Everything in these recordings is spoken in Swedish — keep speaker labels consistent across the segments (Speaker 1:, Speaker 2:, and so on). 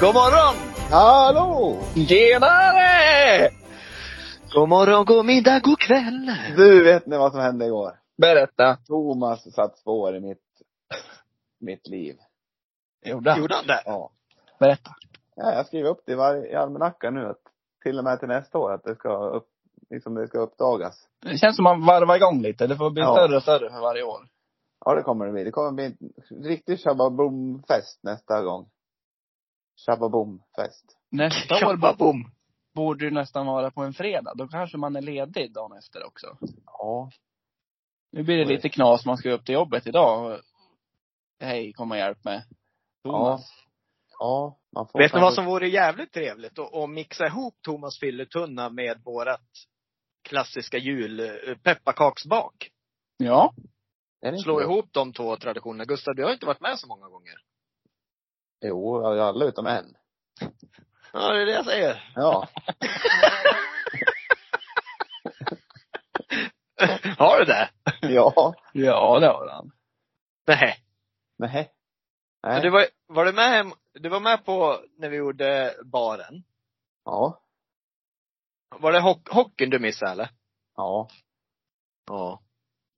Speaker 1: God morgon!
Speaker 2: Hallå!
Speaker 1: Tjenare! God morgon, god middag, god kväll.
Speaker 2: Du, vet ni vad som hände igår?
Speaker 1: Berätta.
Speaker 2: Thomas satt spår i mitt, mitt liv.
Speaker 1: Gjorde han? Gjorde han det?
Speaker 2: Ja.
Speaker 1: Berätta.
Speaker 2: Ja, Jag skriver upp det i, var, i almanackan nu, att till och med till nästa år, att det ska, upp, liksom det ska uppdagas.
Speaker 1: Det känns som man varvar igång lite. Det får bli
Speaker 2: Ja.
Speaker 1: större och större för varje år.
Speaker 2: Ja, det kommer det bli. Det kommer bli en riktig shabba-boom-fest nästa gång. Shabba-boom-fest.
Speaker 1: Nästa år bo- borde ju nästan vara på en fredag. Då kanske man är ledig dagen efter också.
Speaker 2: Ja.
Speaker 1: Nu blir det
Speaker 2: Oj.
Speaker 1: lite knas. Man ska ju upp till jobbet idag. Hej, kom och hjälp mig. Thomas.
Speaker 2: Ja. Man får
Speaker 3: Vet ni
Speaker 2: kanske-
Speaker 3: vad som vore jävligt trevligt? Att att mixa ihop Thomas fylletunna med vårat klassiska julpepparkaksbak.
Speaker 1: Ja.
Speaker 2: Är det inte
Speaker 3: Slå
Speaker 2: det?
Speaker 3: ihop de två traditionerna. Gustav, du har inte varit med så många gånger.
Speaker 2: Jo, ja, alla utom en.
Speaker 3: Ja, det är det jag säger.
Speaker 2: Ja.
Speaker 3: Har du det?
Speaker 2: ja.
Speaker 1: Ja, det har han.
Speaker 3: Nej.
Speaker 2: Nej.
Speaker 3: Men
Speaker 2: Nej.
Speaker 3: du var, var du med hem, du var med på när vi gjorde baren.
Speaker 2: Ja.
Speaker 3: Var det hock, hockeyn du missade eller?
Speaker 2: Ja.
Speaker 3: Ja.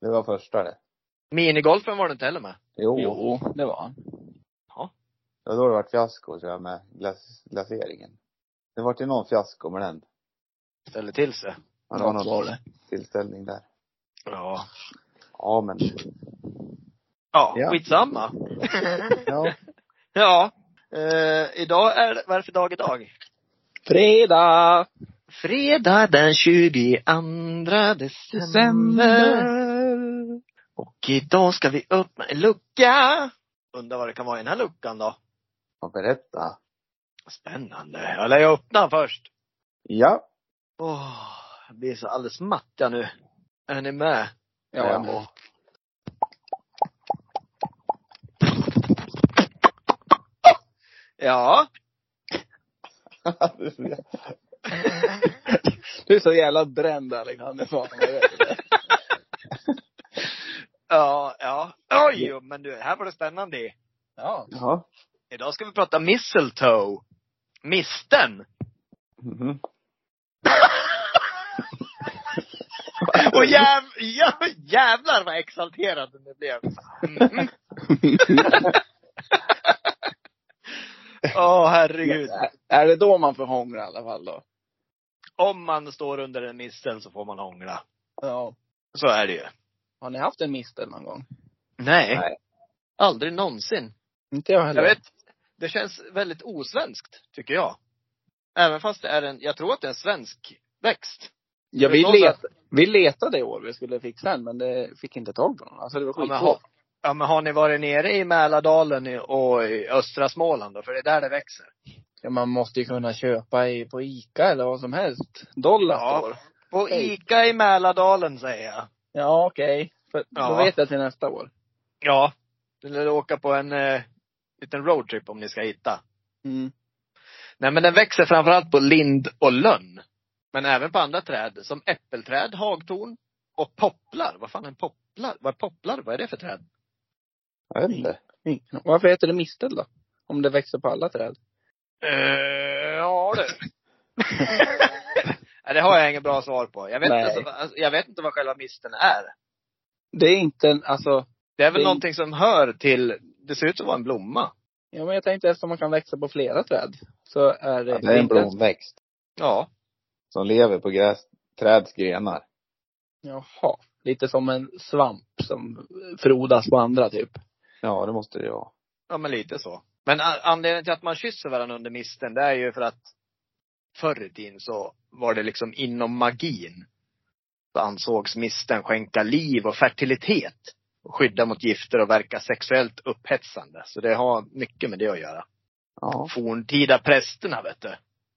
Speaker 2: Det var första det.
Speaker 3: Minigolfen var du inte heller med.
Speaker 2: jo.
Speaker 1: Jo, det var han.
Speaker 2: Det var då det vart fiasko tror jag med glas, glaseringen. Det vart ju någon fiasko med den.
Speaker 3: Ställde till sig.
Speaker 2: Ja, det var
Speaker 1: Något
Speaker 2: någon
Speaker 1: var det.
Speaker 2: tillställning där.
Speaker 3: Ja.
Speaker 2: Ja men,
Speaker 3: Ja,
Speaker 2: Ja.
Speaker 3: skitsamma.
Speaker 2: ja.
Speaker 3: ja. Eh, idag är, vad är det för dag idag?
Speaker 1: Fredag!
Speaker 3: Fredag den 22 december. Och idag ska vi öppna en lucka. Undrar vad det kan vara i den här luckan då?
Speaker 2: Ja, berätta.
Speaker 3: Spännande. Jag lär ju öppna den först.
Speaker 2: Ja.
Speaker 3: Åh, jag blir så alldeles matt jag nu. Är ni med?
Speaker 1: Ja, jag med.
Speaker 3: Ja.
Speaker 1: Du är så jävla bränd Alexander. Fan, jag vet det.
Speaker 3: Ja, ja. Oj, men du, här var det spännande i.
Speaker 1: Ja.
Speaker 2: ja.
Speaker 3: Idag ska vi prata mistletoe. Misten.
Speaker 2: Mhm.
Speaker 3: Och jäv, ja, jävlar vad exalterad den blev. Mm. Åh herregud.
Speaker 1: Är det då man får hångla i alla fall då?
Speaker 3: Om man står under en mistel så får man hångla.
Speaker 1: Ja.
Speaker 3: Så är det ju.
Speaker 1: Har ni haft en mistel någon gång?
Speaker 3: Nej.
Speaker 2: Nej.
Speaker 3: Aldrig någonsin.
Speaker 1: Inte jag
Speaker 3: Jag
Speaker 1: heller.
Speaker 3: vet, det känns väldigt osvenskt, tycker jag. Även fast det är en, jag tror att det är en svensk växt.
Speaker 1: Ja, vi,
Speaker 3: Det är någon
Speaker 1: let, vi letade i år vi skulle fixa en, men det fick inte tag på någon. Alltså det var
Speaker 3: Ja, men
Speaker 1: skitsvårt.
Speaker 3: har, ja, men har ni varit nere i Mälardalen i- och i östra Småland då? För det är där det växer.
Speaker 1: Ja, man måste ju kunna köpa i, på Ica eller vad som helst. Dollar
Speaker 3: Ja.
Speaker 1: står.
Speaker 3: På
Speaker 1: Hej.
Speaker 3: ICA i Mälardalen säger jag.
Speaker 1: Ja, okej. För Då
Speaker 3: Ja.
Speaker 1: vet jag till nästa år.
Speaker 3: Ja. Eller åka på en eh, liten roadtrip om ni ska hitta.
Speaker 1: Mm.
Speaker 3: Nej men den växer framförallt på lind och lönn. Men även på andra träd som äppelträd, hagtorn och popplar. Vad fan är en popplar? Vad är popplar? Vad är det för träd?
Speaker 2: Jag vet inte.
Speaker 1: Mm. Varför heter det mistel då? Om det växer på alla träd?
Speaker 3: Eh, ja du. Nej, det har jag inget bra svar på. Jag vet,
Speaker 1: Nej.
Speaker 3: inte, alltså, alltså, jag vet inte vad själva misten är.
Speaker 1: Det är inte en, alltså,
Speaker 3: Det är väl
Speaker 1: Det är-
Speaker 3: någonting som hör till, det ser ut som att vara en blomma.
Speaker 1: ja men jag tänkte eftersom man kan växa på flera träd. Så är det,
Speaker 2: Ja, det är en
Speaker 1: inte-
Speaker 2: blomväxt
Speaker 3: Ja.
Speaker 2: som lever på gräs, träds grenar.
Speaker 1: Jaha. Lite som en svamp som frodas på andra typ.
Speaker 2: Ja, det måste det ju vara.
Speaker 3: Ja men lite så. Men a- anledningen till att man kysser varandra under misten, det är ju för att förr i tiden så var det liksom inom magin. Så ansågs misten skänka liv och fertilitet. Och skydda mot gifter och verka sexuellt upphetsande. Så det har mycket med det att göra.
Speaker 2: Ja,
Speaker 3: Forntida prästerna vet du.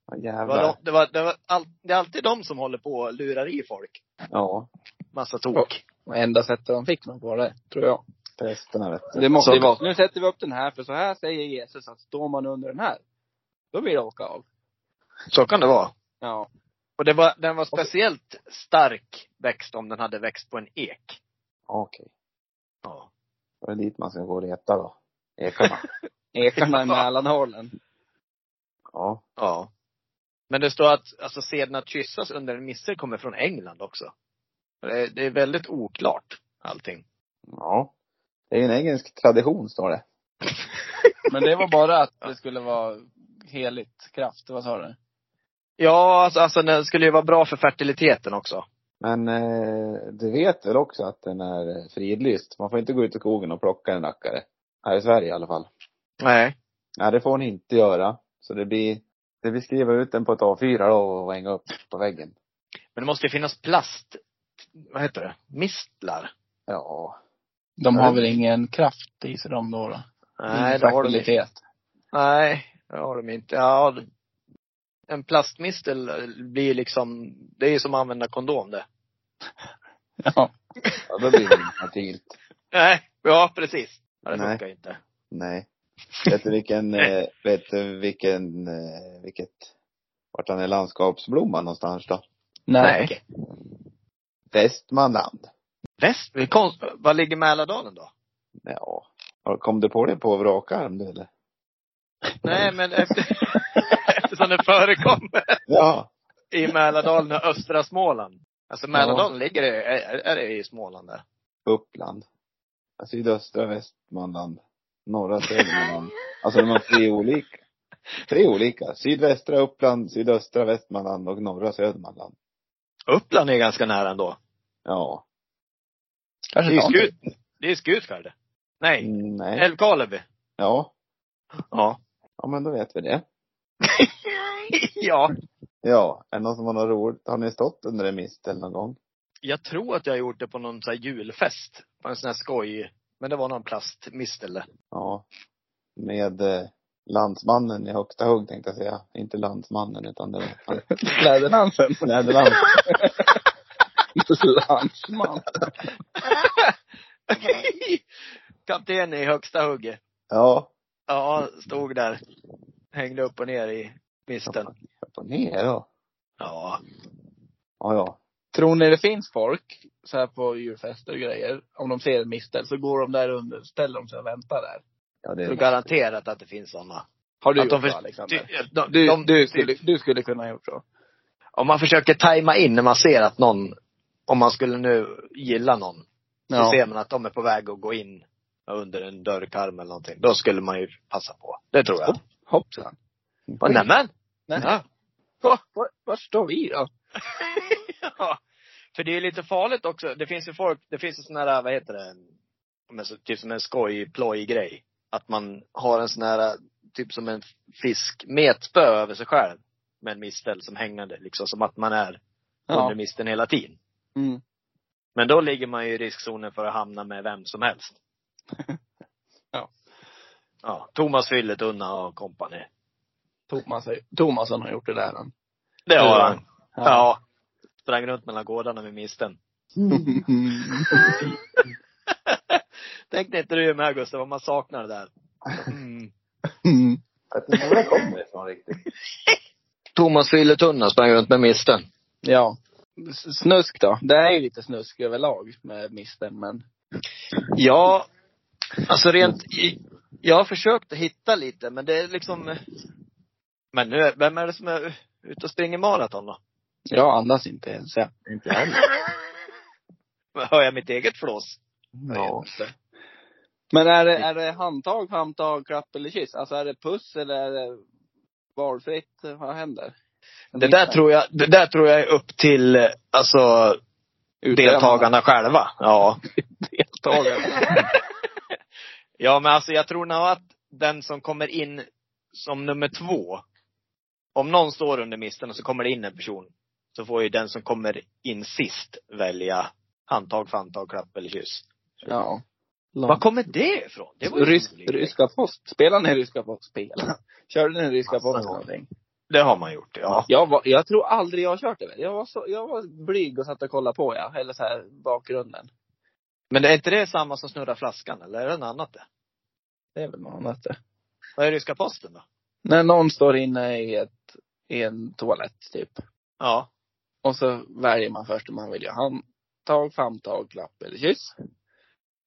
Speaker 2: vad
Speaker 3: Det, var de,
Speaker 2: jävlar.
Speaker 3: det, var, det, var all, det är alltid de som håller på och lurar i folk.
Speaker 2: Ja,
Speaker 3: Massa tok.
Speaker 1: Och enda sättet de fick någon på det, tror jag.
Speaker 2: prästerna vet du.
Speaker 1: Det måste
Speaker 3: Så-
Speaker 1: ju vara. Nu sätter vi upp den här, för så här säger Jesus att står man under den här, då blir det åka av.
Speaker 3: Så kan det vara.
Speaker 1: Ja.
Speaker 3: Och det var, den var speciellt stark växt om den hade växt på en ek.
Speaker 2: Ja, Okej.
Speaker 3: Ja.
Speaker 2: Då är det dit man ska gå och leta då. Ekarna.
Speaker 1: Ekarna i
Speaker 3: Ja.
Speaker 1: Mälardalen.
Speaker 2: Ja.
Speaker 3: Ja. Men det står att alltså, seden att kyssas under en missel kommer från England också. Det är, det är väldigt oklart allting.
Speaker 2: Ja. Det är ju en engelsk tradition, står det.
Speaker 1: Men det var bara att det skulle vara heligt kraft, vad sa du?
Speaker 3: Ja, alltså, alltså det skulle ju vara bra för fertiliteten också.
Speaker 2: Men eh, du vet väl också att den är eh, fridlyst? Man får inte gå ut i skogen och plocka en rackare. Här i Sverige i alla fall.
Speaker 3: Nej.
Speaker 2: Nej, det får ni inte göra. Så det blir, det blir skriva ut den på ett A4 då och hänga upp på väggen.
Speaker 3: Men det måste ju finnas plast, vad heter det, mistlar?
Speaker 2: Ja.
Speaker 1: De har väl ingen kraft i sig de då? då?
Speaker 3: Nej,
Speaker 1: Ingen
Speaker 3: det har de inte.
Speaker 1: fertilitet.
Speaker 3: Nej, det har de inte. Ja, det- en plastmistel blir liksom, det är ju som att använda kondom det.
Speaker 1: Ja.
Speaker 2: ja då blir det inte fertilt.
Speaker 3: Nej, ja precis. Ja, det
Speaker 2: Nej.
Speaker 3: funkar ju inte.
Speaker 2: Nej. Vet du vilken, eh, vet du vilken, eh, vilket, vart han är landskapsblomma någonstans då?
Speaker 1: Nej.
Speaker 3: Okej.
Speaker 2: Västmanland.
Speaker 3: Väst, konst, vad ligger Mälardalen då?
Speaker 2: Ja. Har- Kom du på det på vrak arm du eller?
Speaker 3: Nej, men efter, eftersom det förekommer
Speaker 2: Ja.
Speaker 3: i Mälardalen och östra Småland. Alltså Mälardalen ligger i, är, är det i Småland där.
Speaker 2: Uppland. Sydöstra Västmanland. Norra Södermanland. Alltså de har tre olika. Tre olika. Sydvästra Uppland, sydöstra Västmanland och norra Södermanland.
Speaker 3: Uppland är ganska nära ändå.
Speaker 2: Ja.
Speaker 3: Det
Speaker 1: Kanske
Speaker 3: är
Speaker 1: någon.
Speaker 3: Skut, det är Skutskär det. Nej,
Speaker 2: Mm, Nej.
Speaker 3: Älvkarleby.
Speaker 2: Ja.
Speaker 3: Ja.
Speaker 2: Ja men då vet vi det.
Speaker 3: ja.
Speaker 2: Ja. Är det någon som har något roligt? Har ni stått under en mistel någon gång?
Speaker 3: Jag tror att jag har gjort det på någon sån här julfest. På en sån här skoj. Men det var någon plastmistel där.
Speaker 2: Ja. Med eh, landsmannen i högsta hugg tänkte jag säga. Inte landsmannen utan det var
Speaker 1: Läderdansen.
Speaker 2: Läderland.
Speaker 1: Landsman.
Speaker 3: Kapten i högsta hugget.
Speaker 2: Ja.
Speaker 3: Ja, stod där. Hängde upp och ner i misten.
Speaker 2: Upp och ner då.
Speaker 3: Ja.
Speaker 2: Ja, ja.
Speaker 1: Tror ni det finns folk, så här på djurfester och grejer, om de ser en mistel så går de där under, ställer de sig och väntar där?
Speaker 2: Ja, det
Speaker 3: Så
Speaker 2: är
Speaker 3: garanterat att det finns sådana.
Speaker 1: Har du
Speaker 3: Att de
Speaker 1: gjort det
Speaker 3: först-
Speaker 1: Alexander?
Speaker 3: de,
Speaker 1: Du,
Speaker 3: de-
Speaker 1: du, skulle, du skulle kunna ha gjort så.
Speaker 3: Om man försöker tajma in när man ser att någon, om man skulle nu gilla någon, så ser man att de är på väg att gå in under en dörrkarm eller någonting. Då skulle man ju passa på. Det tror jag.
Speaker 1: Hoppsan.
Speaker 3: Oh, nämen!
Speaker 1: Nej.
Speaker 3: Ja.
Speaker 1: Var, var, var står vi då?
Speaker 3: ja. För det är lite farligt också. Det finns ju folk, det finns ju sådana här, vad heter det, Men så- typ som en skoj ploj grej Att man har en sån här, typ som en fisk med ett spö över sig själv. Med en mistel som hängande liksom. Som att man är under misten hela tiden.
Speaker 1: Mm.
Speaker 3: Men då ligger man ju i riskzonen för att hamna med vem som helst.
Speaker 1: Ja.
Speaker 3: Ja, Thomas Fyllet, Unna och kompani.
Speaker 1: Thomas, Thomasson har gjort det där han.
Speaker 3: Det har han.
Speaker 1: Ja.
Speaker 3: Ja. Sprang runt mellan gårdarna med misten. Tänkte inte du med Gustav, vad man saknar det där. Mm.
Speaker 2: Jag vet inte var det kommer ifrån riktigt.
Speaker 3: Thomas Fylletunna sprang runt med misten.
Speaker 1: ja. S- Snusk då? Det är ju lite snusk överlag med misten men.
Speaker 3: Ja, alltså rent i, Jag har försökt att hitta lite, men det är liksom Men nu, vem är det som är ute och springer maraton då?
Speaker 1: Jag andas inte ens jag.
Speaker 2: Inte jag heller.
Speaker 3: Hör jag mitt eget flås?
Speaker 1: Ja. Men är det, är det handtag, famntag, klapp eller kyss? Alltså är det puss eller är det valfritt? Vad händer?
Speaker 3: Det där tror jag, det där tror jag är upp till eh, alltså deltagarna själva. Ja.
Speaker 1: Deltagarna.
Speaker 3: Ja men alltså jag tror nog att den som kommer in som nummer två. Om någon står under misten och så kommer det in en person. Så får ju den som kommer in sist välja handtag, fantag, klapp eller kyss.
Speaker 1: Ja.
Speaker 3: Var kommer det ifrån? Det var ju
Speaker 1: Rys,
Speaker 3: roligt.
Speaker 1: ryska post. Spelar ni ryska post? Spela. Körde ni ryska
Speaker 3: Massa
Speaker 1: post
Speaker 3: gånger.
Speaker 1: någonting?
Speaker 3: Det har man gjort, ja.
Speaker 1: Jag, var, jag tror aldrig jag har kört det. väl. Jag var, så, jag var blyg och satt och kollade på ja. Eller så här bakgrunden.
Speaker 3: Men är inte det samma som snurra flaskan eller är det något annat det?
Speaker 1: Det är väl något annat det.
Speaker 3: Vad är ryska posten då?
Speaker 1: När någon står inne i, ett, i en toalett typ.
Speaker 3: Ja.
Speaker 1: Och så väljer man först om man vill göra handtag, famntag, klapp eller kyss.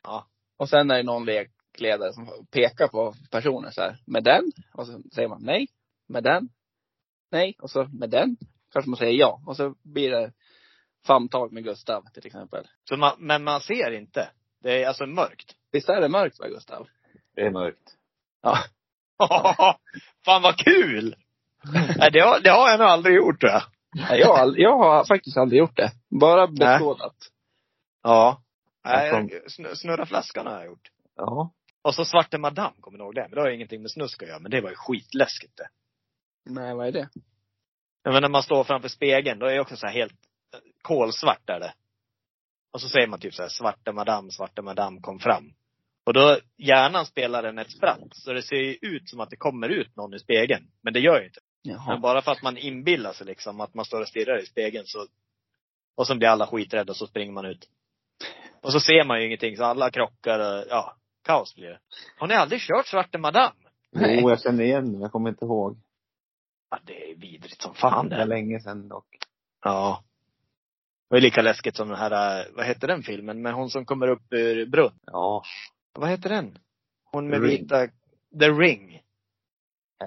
Speaker 3: Ja.
Speaker 1: Och sen är det någon lekledare som pekar på personen så här, med den. Och så säger man nej. med den. Nej, och så med den. Kanske man säger ja. Och så blir det famntag med Gustav till exempel.
Speaker 3: Så man, men man ser inte. Det är alltså mörkt.
Speaker 1: Visst är det mörkt va, Gustav?
Speaker 2: Det är mörkt.
Speaker 1: Ja.
Speaker 3: Fan vad kul! Nej, det, har, det har jag nog aldrig gjort tror jag.
Speaker 1: Nej, Jag, har ald- jag har faktiskt aldrig gjort det. Bara beskådat.
Speaker 3: Ja.
Speaker 2: Jag
Speaker 3: Nej, sn- snurra flaskan har jag gjort.
Speaker 2: Ja.
Speaker 3: Och så Svarte Madame, kommer ni ihåg det? Men det har ju ingenting med snusk att göra, men det var ju skitläskigt det.
Speaker 1: Nej, vad är det?
Speaker 3: Ja, Men när man står framför spegeln, då är det också så här helt eh, kolsvart är det. Och så säger man typ så här, Svarte Madame, Svarte Madame kom fram. Och då, hjärnan spelar den ett spratt, så det ser ju ut som att det kommer ut någon ur spegeln. Men det gör ju inte Men
Speaker 1: Jaha.
Speaker 3: bara för att man inbillar sig liksom att man står och stirrar i spegeln så, och så blir alla skiträdda och så springer man ut. Och så ser man ju ingenting så alla krockar och, ja, kaos blir det. Har ni aldrig kört Svarte Madame?
Speaker 1: Nej.
Speaker 2: Jo, jag känner igen men jag kommer inte ihåg.
Speaker 3: Ja, det är vidrigt som fan
Speaker 2: Det
Speaker 3: det.
Speaker 2: var
Speaker 3: här.
Speaker 2: länge sedan dock.
Speaker 3: Ja. Det är lika läskigt som den här, eh, vad heter den filmen, men hon som kommer upp ur brunn.
Speaker 2: Ja.
Speaker 3: Vad heter den? Hon med
Speaker 2: The Ring.
Speaker 3: vita, The Ring.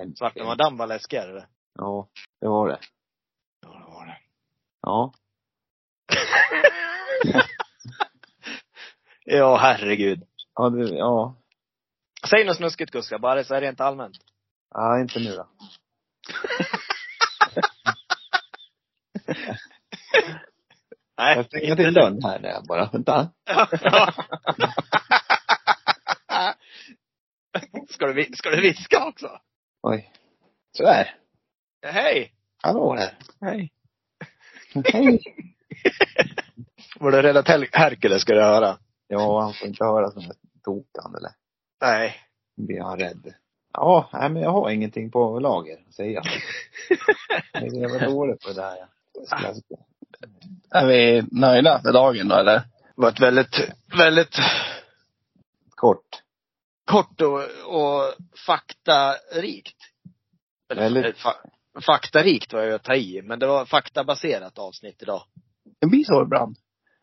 Speaker 2: en-
Speaker 3: Svarte Madame var läskigare. eller?
Speaker 2: Ja, det var det.
Speaker 3: Ja, det var det.
Speaker 2: Ja.
Speaker 3: Ja, herregud.
Speaker 2: Ja, det, ja.
Speaker 3: Säg något snuskigt Gustav, bara så här rent allmänt.
Speaker 2: ja. inte nu då.
Speaker 3: Nej,
Speaker 2: Jag springer till Lund här när jag bara, vänta.
Speaker 3: ska, du, vi- ska du viska också?
Speaker 2: Oj. Sådär.
Speaker 3: Hej!
Speaker 2: Hallå där.
Speaker 1: Nej.
Speaker 2: Hej.
Speaker 3: Var du rädd att Hel- Herkules skulle höra?
Speaker 2: Ja, han får inte höra sådana här tok han eller.
Speaker 3: Nej.
Speaker 2: Då blir han rädd. Ja, nej men jag har ingenting på lager, säger jag. Men Jag var dålig på det där ja. Jag ska-
Speaker 1: Är vi nöjda för dagen då eller?
Speaker 3: Det var ett väldigt, väldigt
Speaker 2: Kort.
Speaker 3: kort och, och faktarikt. Eller,
Speaker 2: Väldigt.
Speaker 3: eh, fa- faktarikt var jag att ta i, men det var faktabaserat avsnitt idag.
Speaker 1: Det blir så ibland.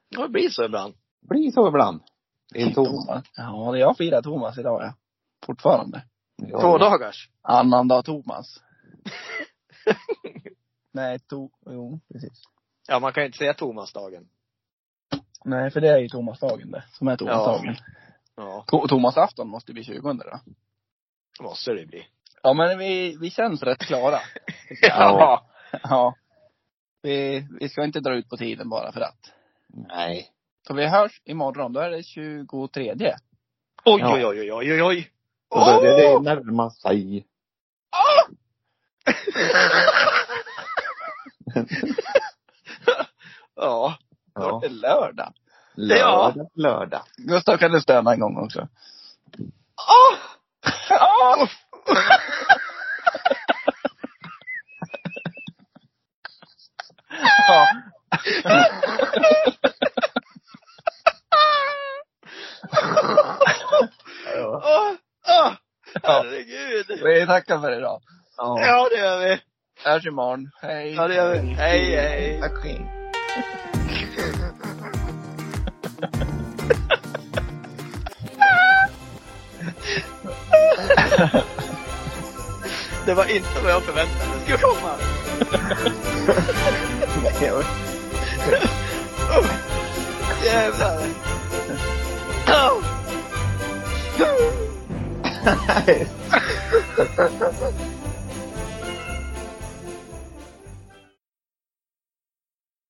Speaker 3: Ja, Det blir så ibland.
Speaker 2: Blir så ibland. Det är tomt.
Speaker 1: Ja, det är jag firar Thomas idag ja. Fortfarande.
Speaker 2: Ja.
Speaker 3: Två dagars.
Speaker 1: Annandag Thomas. Nej, to... Jo, precis.
Speaker 3: Ja, man kan ju inte säga Thomasdagen.
Speaker 1: Nej, för det är ju Thomasdagen det. Som är Thomasdagen.
Speaker 3: Ja,
Speaker 1: Ja. Thomasafton måste bli 20 då.
Speaker 3: det måste det bli.
Speaker 1: Ja, men vi, vi känns rätt klara.
Speaker 2: Ja.
Speaker 1: ja. Vi, vi ska inte dra ut på tiden bara för att.
Speaker 2: Nej.
Speaker 1: Så vi hörs imorgon. Då är det 23.
Speaker 3: Oj,
Speaker 2: Ja.
Speaker 3: oj, oj, oj, oj, oj.
Speaker 2: Och då är det
Speaker 3: Åh!
Speaker 2: det närmar sig.
Speaker 3: ja,
Speaker 1: Då är
Speaker 2: Ja.
Speaker 1: det lördag.
Speaker 2: Lördag, lördag.
Speaker 1: Gustav kan du stöna en gång också.
Speaker 3: Åh! Åh!
Speaker 1: Ja.
Speaker 2: Ja.
Speaker 3: Åh! Åh! Herregud.
Speaker 1: Vi tackar för idag.
Speaker 2: ja.
Speaker 3: Ja, det gör vi.
Speaker 1: Hörs imorgon. Hej.
Speaker 3: Ja, det gör vi. Hej, hej.
Speaker 1: Tack själv.
Speaker 3: Det var inte vad jag förväntade mig skulle komma. Åh, Jävlar. Åh!
Speaker 2: Nej.